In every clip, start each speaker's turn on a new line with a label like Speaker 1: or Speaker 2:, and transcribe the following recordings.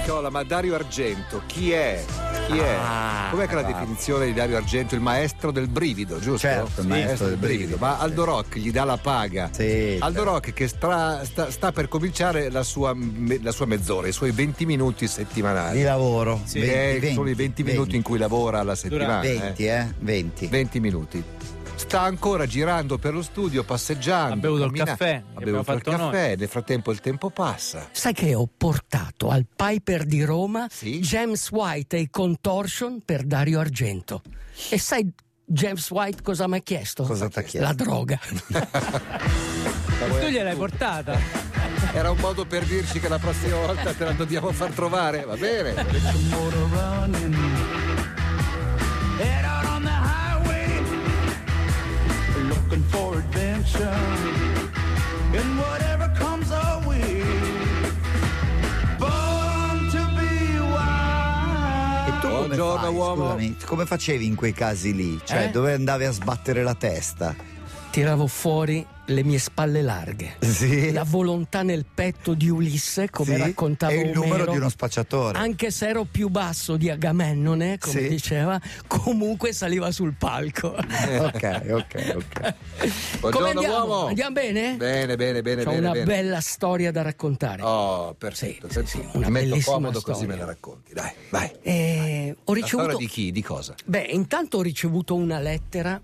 Speaker 1: Nicola, ma Dario Argento chi è? Chi è?
Speaker 2: Ah,
Speaker 1: Com'è che è la
Speaker 2: bravo.
Speaker 1: definizione di Dario Argento? Il maestro del brivido, giusto?
Speaker 2: Certo, il
Speaker 1: Sì,
Speaker 2: maestro del brivido,
Speaker 1: Ma
Speaker 2: sì.
Speaker 1: Aldo Rock gli dà la paga.
Speaker 2: Sì, certo.
Speaker 1: Aldo Rock che stra- sta, sta per cominciare la sua, me- la sua mezz'ora, i suoi 20 minuti settimanali.
Speaker 2: di lavoro.
Speaker 1: Sì, eh, sono i 20 minuti in cui lavora alla settimana. eh.
Speaker 2: 20, eh? 20.
Speaker 1: 20 minuti. Sta ancora girando per lo studio, passeggiando.
Speaker 3: Ha bevuto il
Speaker 1: cammina-
Speaker 3: caffè,
Speaker 1: Ha
Speaker 3: che
Speaker 1: bevuto
Speaker 3: abbiamo
Speaker 1: il
Speaker 3: fatto noi.
Speaker 1: caffè, nel frattempo il tempo passa.
Speaker 4: Sai che ho portato al Piper di Roma
Speaker 1: Sì?
Speaker 4: James White e i Contortion per Dario Argento. E sai James White cosa mi ha chiesto?
Speaker 2: Cosa t'ha chiesto?
Speaker 4: La droga.
Speaker 3: Tu gliel'hai portata?
Speaker 1: Era un modo per dirci che la prossima volta te la dobbiamo far trovare, va bene?
Speaker 5: Head out on the highway, looking for adventure. And whatever comes our way, born to be wild.
Speaker 2: E tu come,
Speaker 1: Buongiorno,
Speaker 2: fai,
Speaker 1: uomo.
Speaker 2: scusami, come facevi in quei casi lì? Cioè,
Speaker 4: Eh?
Speaker 2: dove andavi a sbattere la testa?
Speaker 4: Tiravo fuori le mie spalle larghe.
Speaker 2: Sì.
Speaker 4: La volontà nel petto di Ulisse, come
Speaker 2: Sì,
Speaker 4: raccontava
Speaker 2: e il numero
Speaker 4: Omero,
Speaker 2: di uno spacciatore.
Speaker 4: Anche se ero più basso di Agamennone, come
Speaker 2: Sì.
Speaker 4: diceva, comunque saliva sul palco.
Speaker 2: ok, ok, ok.
Speaker 4: come
Speaker 1: Buongiorno
Speaker 4: andiamo?
Speaker 1: uomo.
Speaker 4: Andiamo bene?
Speaker 1: Bene, bene, bene,
Speaker 4: C'ho
Speaker 1: bene.
Speaker 4: una
Speaker 1: bene.
Speaker 4: bella storia da raccontare.
Speaker 1: Oh, perfetto.
Speaker 4: Sì, sì, sì,
Speaker 1: Mi
Speaker 4: una
Speaker 1: metto
Speaker 4: bellissima
Speaker 1: comodo così
Speaker 4: storia.
Speaker 1: me la racconti. Dai, vai.
Speaker 4: Eh, ho
Speaker 1: La storia
Speaker 4: ricevuto.
Speaker 1: di chi? Di cosa?
Speaker 4: Beh, intanto ho ricevuto una lettera,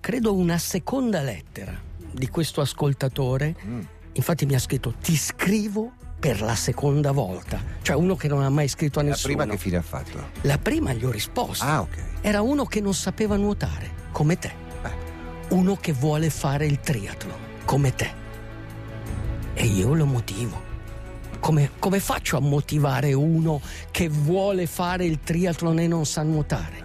Speaker 4: credo una seconda lettera di questo ascoltatore.
Speaker 1: Mm.
Speaker 4: Infatti mi ha scritto: Ti scrivo per la seconda volta. Cioè, uno che non ha mai scritto a
Speaker 1: La
Speaker 4: nessuno.
Speaker 1: prima che fine ha fatto?
Speaker 4: La prima gli ho risposto.
Speaker 1: Ah, ok.
Speaker 4: Era uno che non sapeva nuotare, come te. Uno che vuole fare il triathlon, come te. E io lo motivo. Come, come faccio a motivare uno che vuole fare il triathlon e non sa
Speaker 1: ok.
Speaker 4: nuotare?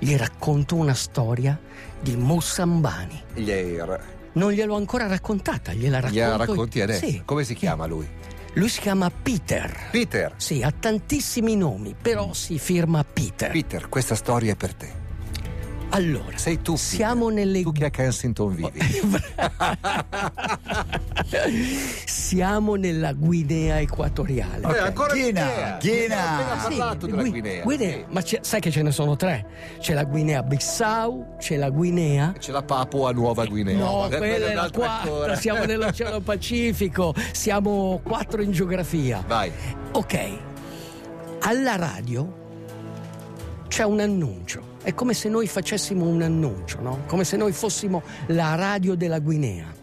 Speaker 4: Gli racconto una storia di Mossambani.
Speaker 1: Gli hai-
Speaker 4: Non gliel'ho ancora raccontata, gliela racconto.
Speaker 1: gliela racconti adesso.
Speaker 4: Sì.
Speaker 1: Come si chiama lui?
Speaker 4: Lui si chiama Peter.
Speaker 1: Peter.
Speaker 4: Sì, ha tantissimi nomi, però si firma Peter.
Speaker 1: Peter, questa storia è per te.
Speaker 4: allora,
Speaker 1: Sei tu. Peter.
Speaker 4: siamo nelle
Speaker 1: Tu che a Kensington vivi. Eh,
Speaker 4: Siamo nella Guinea equatoriale. Ah,
Speaker 2: Ok. Ghina,
Speaker 1: Guinea.
Speaker 2: Ghina.
Speaker 1: Abbiamo appena
Speaker 4: Sì,
Speaker 1: Eh, parlato della
Speaker 4: Gui-
Speaker 1: Guinea. Sì.
Speaker 4: Ma c'è- sai che ce ne sono tre? C'è la Guinea Bissau, c'è la Guinea.
Speaker 1: C'è la Papua Nuova Guinea.
Speaker 4: No,
Speaker 1: Vabbè,
Speaker 4: quella è la
Speaker 1: un'altra ancora.
Speaker 4: quarta. Siamo nell'Oceano Pacifico, siamo quattro in geografia.
Speaker 1: Vai.
Speaker 4: Ok, alla radio c'è un annuncio. È come se noi facessimo un annuncio, no? Come se noi fossimo la radio della Guinea.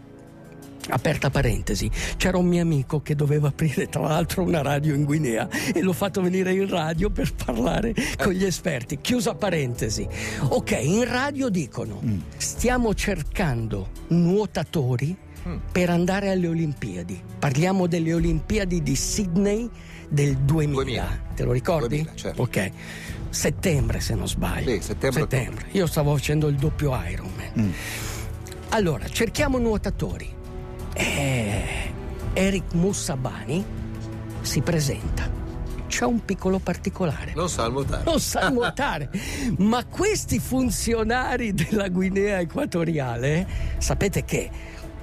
Speaker 4: Aperta parentesi, c'era un mio amico che doveva aprire tra l'altro una radio in Guinea e l'ho fatto venire in radio per parlare con gli esperti. Chiusa parentesi. Ok, in radio dicono: stiamo cercando nuotatori per andare alle Olimpiadi. Parliamo delle Olimpiadi di Sydney del 2000.
Speaker 1: 2000.
Speaker 4: Te lo ricordi?
Speaker 1: 2000, certo.
Speaker 4: Ok. Settembre se non sbaglio.
Speaker 1: Sì, settembre, Mm.
Speaker 4: Io stavo facendo il doppio Ironman. Allora, cerchiamo nuotatori. Eh, Eric Mussabani si presenta. C'è un piccolo particolare.
Speaker 1: Non sa nuotare.
Speaker 4: Non sa nuotare, ma questi funzionari della Guinea equatoriale, sapete che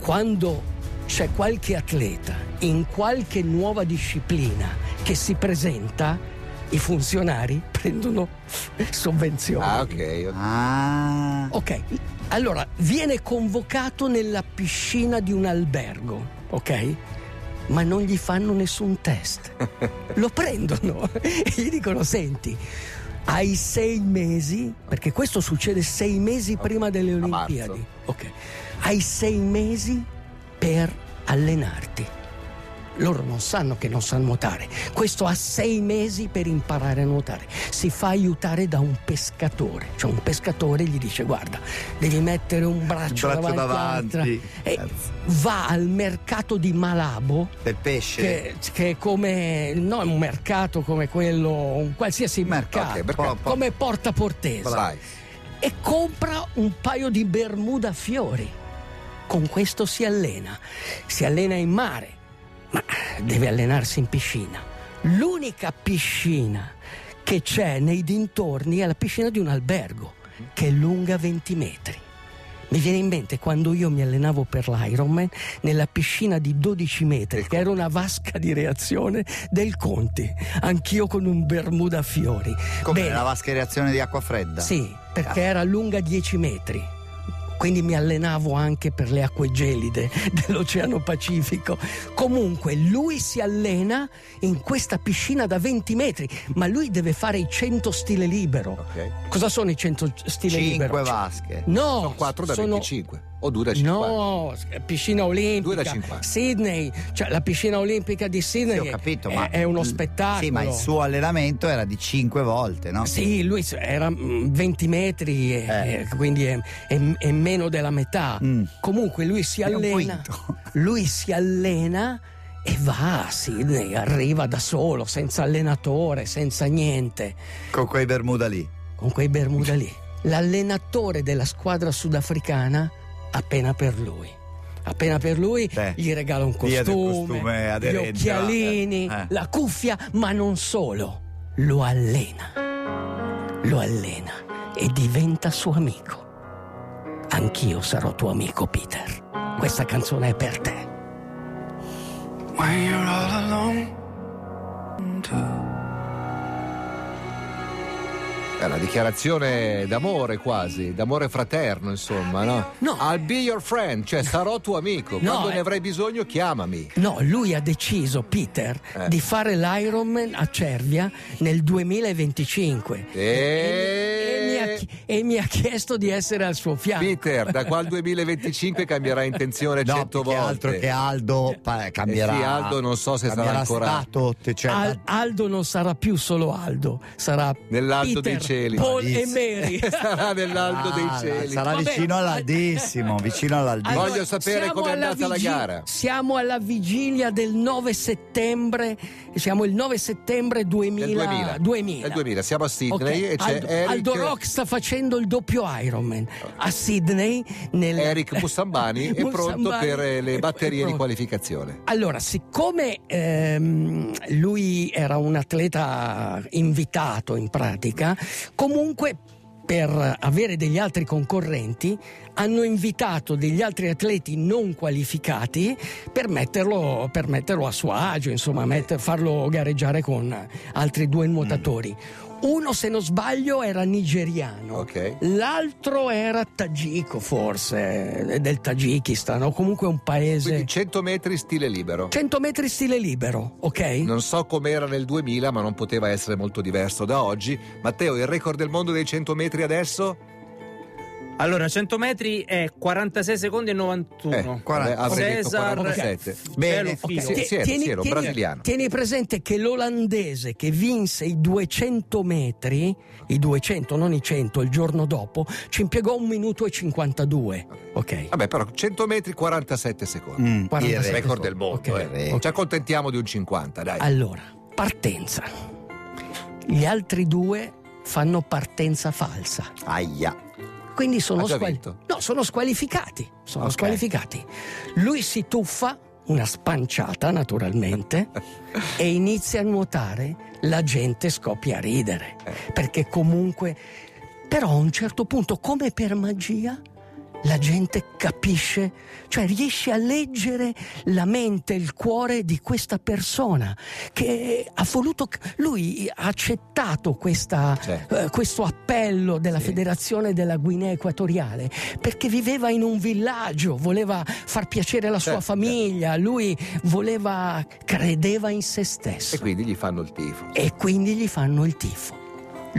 Speaker 4: quando c'è qualche atleta in qualche nuova disciplina che si presenta, i funzionari prendono sovvenzioni.
Speaker 1: Ah, ok.
Speaker 2: Ah,
Speaker 4: Ok, allora viene convocato nella piscina di un albergo, ok? Ma non gli fanno nessun test. Lo prendono e gli dicono: Senti, hai sei mesi, perché questo succede sei mesi prima delle
Speaker 1: a marzo.
Speaker 4: Olimpiadi. Ok, hai sei mesi per allenarti. Loro non sanno che non sa nuotare. Questo ha sei mesi per imparare a nuotare. Si fa aiutare da un pescatore. Cioè un pescatore gli dice guarda, devi mettere un braccio,
Speaker 2: braccio davanti.
Speaker 4: davanti. all'altra." E va al mercato di Malabo
Speaker 2: del pesce.
Speaker 4: che, che è come no, è un mercato come quello, un qualsiasi mercato,
Speaker 1: ok,
Speaker 2: mercato.
Speaker 1: perché-
Speaker 4: come Porta Portese
Speaker 1: Vai.
Speaker 4: e compra un paio di bermuda a fiori. Con questo si allena. Si allena in mare, ma deve allenarsi in piscina. L'unica piscina che c'è nei dintorni è la piscina di un albergo, che è lunga 20 metri. Mi viene in mente quando io mi allenavo per l'Ironman nella piscina di 12 metri, che era una vasca di reazione del Conti, anch'io con un bermuda a fiori.
Speaker 2: Come
Speaker 4: Bene.
Speaker 2: la vascherazione di acqua fredda?
Speaker 4: Sì, perché era lunga 10 metri. Quindi mi allenavo anche per le acque gelide dell'Oceano Pacifico. Comunque lui si allena in questa piscina da 20 metri, ma lui deve fare i 100 stile libero.
Speaker 1: Ok.
Speaker 4: Cosa sono i 100 stile libero?
Speaker 2: Cinque vasche.
Speaker 4: No,
Speaker 1: Sono 4 da
Speaker 4: sono-
Speaker 1: 25 o 2 da 50.
Speaker 4: No, piscina
Speaker 1: Due
Speaker 4: olimpica.
Speaker 1: da 50.
Speaker 4: Sydney, cioè la piscina olimpica di Sydney
Speaker 2: Sì, ho capito,
Speaker 4: è,
Speaker 2: ma
Speaker 4: è uno spettacolo.
Speaker 2: Sì, ma il suo allenamento era di cinque volte, no?
Speaker 4: Sì, lui era mm, 20 metri, e-
Speaker 2: Eh.
Speaker 4: e quindi è, è- è meno della metà.
Speaker 2: Mm.
Speaker 4: Comunque lui si
Speaker 2: È un
Speaker 4: allena.
Speaker 2: quinto.
Speaker 4: Lui si allena e va a Sydney, arriva da solo, senza allenatore, senza niente,
Speaker 2: Con quei Bermuda lì.
Speaker 4: con quei Bermuda lì. L'allenatore della squadra sudafricana appena per lui. Appena per lui
Speaker 2: Beh,
Speaker 4: gli regala un
Speaker 2: via del
Speaker 4: costume,
Speaker 2: costume
Speaker 4: gli
Speaker 2: aderente,
Speaker 4: occhialini,
Speaker 2: eh.
Speaker 4: la cuffia, ma non solo. Lo allena. Lo allena e diventa suo amico. Anch'io sarò tuo amico, Peter. Questa canzone è per te.
Speaker 5: when you're all alone too.
Speaker 1: È una dichiarazione d'amore quasi, d'amore fraterno, insomma, no?
Speaker 4: No.
Speaker 1: I'll be your friend, cioè sarò tuo amico.
Speaker 4: No,
Speaker 1: Quando
Speaker 4: eh.
Speaker 1: ne avrai bisogno, chiamami.
Speaker 4: No, lui ha deciso, Peter,
Speaker 1: Eh.
Speaker 4: di fare l'Ironman a Cervia nel 2025.
Speaker 1: E- Eh.
Speaker 4: E, mi- e mi ha, chi- e mi ha chiesto di essere al suo fianco.
Speaker 1: Peter, da qua al 2025 cambierà intenzione
Speaker 2: No,
Speaker 1: 100
Speaker 2: più che
Speaker 1: volte.
Speaker 2: altro che Aldo pa- cambierà.
Speaker 1: sì, Aldo non so se sarà
Speaker 2: cambierà
Speaker 1: ancora-
Speaker 2: status, cioè,
Speaker 4: Al- Aldo non sarà più solo Aldo, sarà
Speaker 1: Nell'alto
Speaker 4: Peter,
Speaker 1: dei cieli.
Speaker 4: Paul e
Speaker 2: Malissimo.
Speaker 4: Mary.
Speaker 1: Sarà nell'alto dei
Speaker 2: Ah,
Speaker 1: cieli.
Speaker 2: Sarà
Speaker 4: Vabbè.
Speaker 2: vicino all'Aldissimo, vicino all'Aldissimo.
Speaker 1: Voglio sapere
Speaker 4: siamo
Speaker 1: com'è
Speaker 4: alla
Speaker 1: andata la
Speaker 4: vigi-
Speaker 1: gara.
Speaker 4: Siamo alla vigilia del 9 settembre, siamo il 9 settembre 2000.
Speaker 1: Del 2000.
Speaker 4: 2000.
Speaker 1: Del 2000, siamo a Sydney
Speaker 4: Ok,
Speaker 1: e c'è
Speaker 4: Aldo,
Speaker 1: Eric,
Speaker 4: Aldo Rock sta facendo il doppio Ironman a Sydney. Nel...
Speaker 1: Eric Bussambani è pronto
Speaker 4: Bussambani
Speaker 1: per eh,
Speaker 4: è-
Speaker 1: le
Speaker 4: è
Speaker 1: batterie di
Speaker 4: pronto.
Speaker 1: qualificazione.
Speaker 4: Allora, siccome ehm, lui era un atleta invitato in pratica, comunque per avere degli altri concorrenti hanno invitato degli altri atleti non qualificati per metterlo, per metterlo a suo agio, insomma, metter- farlo gareggiare con altri due nuotatori. Uno, se non sbaglio, era nigeriano.
Speaker 1: Mm. Ok.
Speaker 4: L'altro era tagico, forse, eh, del Tagikistan, o comunque un paese.
Speaker 1: Quindi 100 metri stile libero.
Speaker 4: 100 metri stile libero, ok?
Speaker 1: Non so com'era nel 2000, ma non poteva essere molto diverso da oggi. Matteo, il record del mondo dei 100 metri adesso?
Speaker 3: Allora, 100 metri è 46 secondi e 91.
Speaker 1: Eh,
Speaker 2: quaranta.
Speaker 1: avrei detto
Speaker 3: Cesar-
Speaker 1: 47.
Speaker 2: Bene,
Speaker 3: Bello figo.
Speaker 1: Sì, sì, era, sì, era un brasiliano.
Speaker 4: Cioè, tieni presente che l'olandese che vinse i 200 metri, i 200, non i 100, il giorno dopo, ci impiegò un minuto e 52, ok?
Speaker 1: Vabbè, però 100 metri 47 secondi.
Speaker 2: Mm,
Speaker 4: 47.
Speaker 1: Il
Speaker 2: direi.
Speaker 1: record del mondo.
Speaker 4: Ok,
Speaker 1: eh.
Speaker 4: ok. Ah.
Speaker 1: Ci accontentiamo di un 50, dai.
Speaker 4: Allora, partenza. Gli altri due fanno partenza falsa.
Speaker 2: Aia.
Speaker 4: Quindi
Speaker 1: Ha
Speaker 4: sono,
Speaker 1: già
Speaker 4: squali-
Speaker 1: vinto.
Speaker 4: no, sono squalificati. Sono
Speaker 2: Ok.
Speaker 4: squalificati. Lui si tuffa, una spanciata naturalmente, e inizia a nuotare. La gente scoppia a ridere.
Speaker 1: Eh.
Speaker 4: Perché comunque. Però a un certo punto, come per magia, la gente capisce, cioè riesce a leggere la mente, il cuore di questa persona che ha voluto, lui ha accettato questa,
Speaker 1: Certo.
Speaker 4: eh, questo appello della
Speaker 1: Sì.
Speaker 4: Federazione della Guinea Equatoriale perché viveva in un villaggio, voleva far piacere alla sua
Speaker 1: Certo,
Speaker 4: famiglia, lui voleva, credeva in se
Speaker 1: E
Speaker 4: stesso
Speaker 1: quindi gli fanno il tifo.
Speaker 4: e quindi gli fanno il tifo.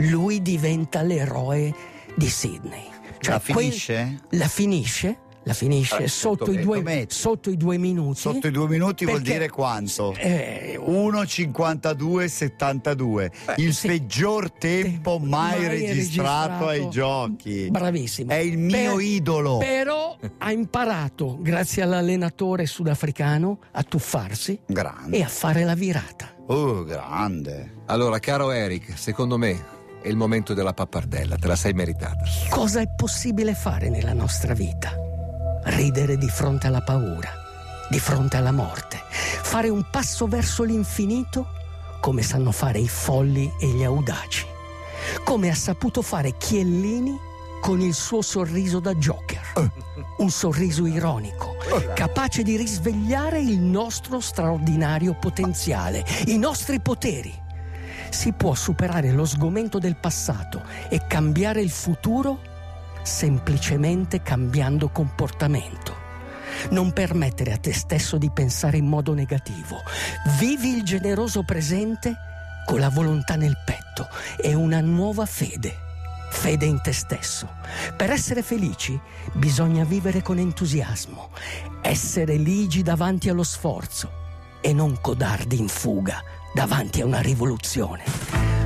Speaker 4: Lui diventa l'eroe di Sydney. Cioè,
Speaker 2: la
Speaker 4: quel-
Speaker 2: finisce?
Speaker 4: la finisce, la finisce
Speaker 1: Eh,
Speaker 4: sotto, i
Speaker 1: cento
Speaker 4: due,
Speaker 2: metri.
Speaker 4: sotto i due minuti.
Speaker 2: certo. Sotto i due minuti vuol
Speaker 4: Perché-
Speaker 2: dire quanto?
Speaker 4: Eh, un-
Speaker 2: 1.52.72, il
Speaker 4: sì.
Speaker 2: peggior tempo mai,
Speaker 4: mai
Speaker 2: registrato,
Speaker 4: registrato.
Speaker 2: ai giochi.
Speaker 4: bravissimo.
Speaker 2: È il mio
Speaker 4: Per-
Speaker 2: idolo.
Speaker 4: Però ha imparato, grazie all'allenatore sudafricano, a tuffarsi
Speaker 2: Grande.
Speaker 4: e a fare la virata.
Speaker 2: Oh, grande.
Speaker 1: Allora, caro Eric, secondo me è il momento della pappardella, te la sei meritata.
Speaker 4: Cosa è possibile fare nella nostra vita? Ridere di fronte alla paura, di fronte alla morte, fare un passo verso l'infinito come sanno fare i folli e gli audaci, come ha saputo fare Chiellini con il suo sorriso da Joker. Un sorriso ironico, capace di risvegliare il nostro straordinario potenziale, i nostri poteri. Si può superare lo sgomento del passato e cambiare il futuro semplicemente cambiando comportamento. Non permettere a te stesso di pensare in modo negativo. Vivi il generoso presente con la volontà nel petto e una nuova fede. Fede in te stesso. Per essere felici bisogna vivere con entusiasmo, essere ligi davanti allo sforzo e non codardi in fuga davanti a una rivoluzione.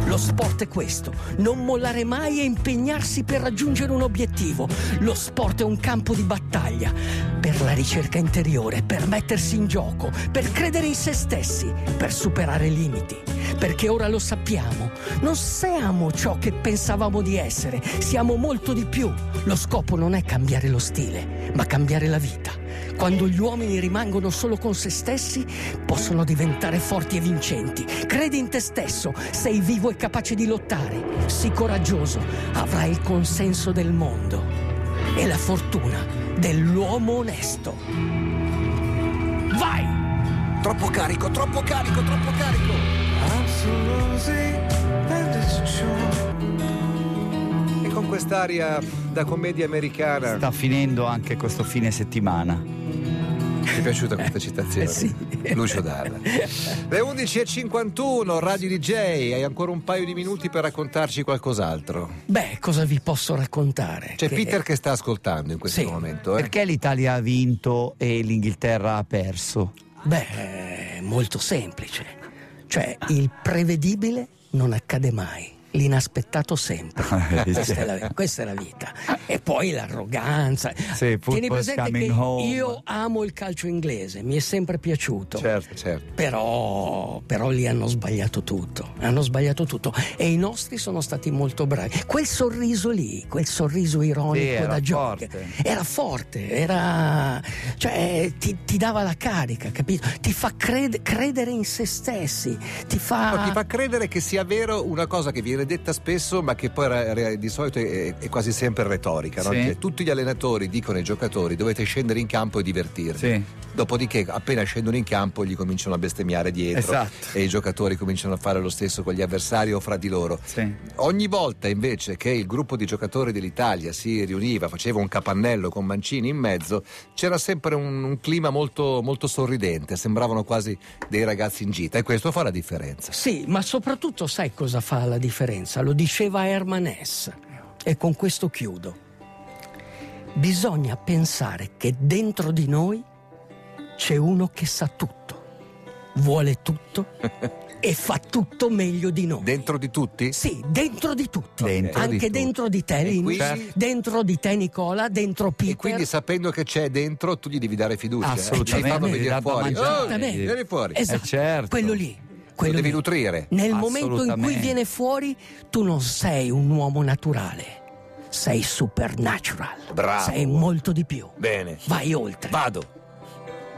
Speaker 4: Lo sport è questo, non mollare mai e impegnarsi per raggiungere un obiettivo. Lo sport è un campo di battaglia per la ricerca interiore, per mettersi in gioco, per credere in se stessi, per superare limiti. Perché ora lo sappiamo, non siamo ciò che pensavamo di essere, siamo molto di più. Lo scopo non è cambiare lo stile, ma cambiare la vita. Quando gli uomini rimangono solo con se stessi, possono diventare forti e vincenti. Credi in te stesso, sei vivo e capace di lottare. Sii coraggioso, avrai il consenso del mondo e la fortuna dell'uomo onesto. Vai!
Speaker 1: Troppo carico, troppo carico, troppo carico.
Speaker 5: I'm so rosy and it's a chore.
Speaker 1: E con quest'aria da commedia americana.
Speaker 2: Sta finendo anche questo fine settimana.
Speaker 1: Ti è piaciuta questa citazione?
Speaker 4: sì.
Speaker 1: Lucio Dalla. Le 11.51, Radio DJ, hai ancora un paio di minuti per raccontarci qualcos'altro.
Speaker 4: Beh, cosa vi posso raccontare?
Speaker 1: C'è
Speaker 2: Cioè,
Speaker 4: Che-
Speaker 1: Peter che sta ascoltando in questo
Speaker 4: Sì,
Speaker 1: momento. Eh?
Speaker 2: Perché l'Italia ha vinto e l'Inghilterra ha perso?
Speaker 4: Beh, è molto semplice. Cioè, il prevedibile non accade mai, l'inaspettato sempre.
Speaker 2: Eh,
Speaker 4: Questa è, la, questa è la vita. E poi l'arroganza.
Speaker 2: Sì, football's
Speaker 4: Tieni presente
Speaker 2: coming
Speaker 4: che
Speaker 2: home.
Speaker 4: io amo il calcio inglese, mi è sempre piaciuto.
Speaker 1: Certo, certo.
Speaker 4: Però, però lì hanno sbagliato tutto, hanno sbagliato tutto e i nostri sono stati molto bravi. Quel sorriso lì, quel sorriso ironico
Speaker 2: Sì, era
Speaker 4: da gioco,
Speaker 2: forte.
Speaker 4: era forte, era, cioè, ti, ti dava la carica, capito? Ti fa cred- credere in se stessi, ti fa...
Speaker 2: Ah.
Speaker 1: No, ti fa credere che sia vero una cosa che viene detta spesso, ma che poi ra- ra- di solito è, è quasi sempre retorica. no?
Speaker 2: Sì.
Speaker 1: Cioè, tutti gli allenatori dicono ai giocatori: dovete scendere in campo e divertirvi.
Speaker 2: Sì.
Speaker 1: Dopodiché, appena scendono in campo, gli cominciano a bestemmiare dietro
Speaker 2: Esatto.
Speaker 1: e i giocatori cominciano a fare lo stesso con gli avversari o fra di loro.
Speaker 2: Sì.
Speaker 1: Ogni volta invece che il gruppo di giocatori dell'Italia si riuniva, faceva un capannello con Mancini in mezzo, c'era sempre un, un clima molto, molto sorridente, sembravano quasi dei ragazzi in gita e questo fa la differenza.
Speaker 4: Sì, ma soprattutto sai cosa fa la differenza? Lo diceva Herman Hess e con questo chiudo. Bisogna pensare che dentro di noi c'è uno che sa tutto, vuole tutto e fa tutto meglio di noi.
Speaker 1: Dentro di tutti?
Speaker 4: Sì, dentro di tutti.
Speaker 2: Dentro
Speaker 1: di
Speaker 4: Anche
Speaker 1: tutti.
Speaker 4: dentro di te,
Speaker 1: E
Speaker 4: Lin,
Speaker 1: quindi-
Speaker 4: dentro di te, Nicola, dentro Peter.
Speaker 1: E quindi sapendo che c'è dentro tu gli devi dare fiducia.
Speaker 2: Assolutamente,
Speaker 1: Ci fanno
Speaker 2: gli dà
Speaker 1: venire
Speaker 2: da
Speaker 1: fuori.
Speaker 2: mangiare.
Speaker 1: Oh,
Speaker 4: Esattamente.
Speaker 1: vieni fuori.
Speaker 4: Esatto,
Speaker 2: Eh, certo.
Speaker 4: quello lì. Quello
Speaker 1: Lo devi
Speaker 4: lì.
Speaker 1: nutrire.
Speaker 4: Nel momento in cui
Speaker 2: Assolutamente.
Speaker 4: viene fuori, tu non sei un uomo naturale, sei supernatural.
Speaker 1: Bravo.
Speaker 4: Sei molto di più.
Speaker 1: Bene.
Speaker 4: Vai oltre.
Speaker 1: Vado.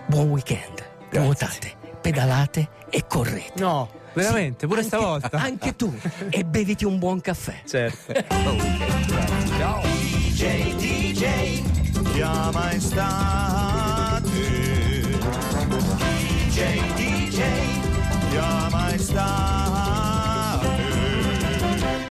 Speaker 4: Buon weekend. Nuotate, pedalate e correte.
Speaker 3: No, veramente, pure
Speaker 4: anche-
Speaker 3: stavolta.
Speaker 4: Anche tu. e beviti un buon caffè.
Speaker 3: Certo.
Speaker 2: Ciao.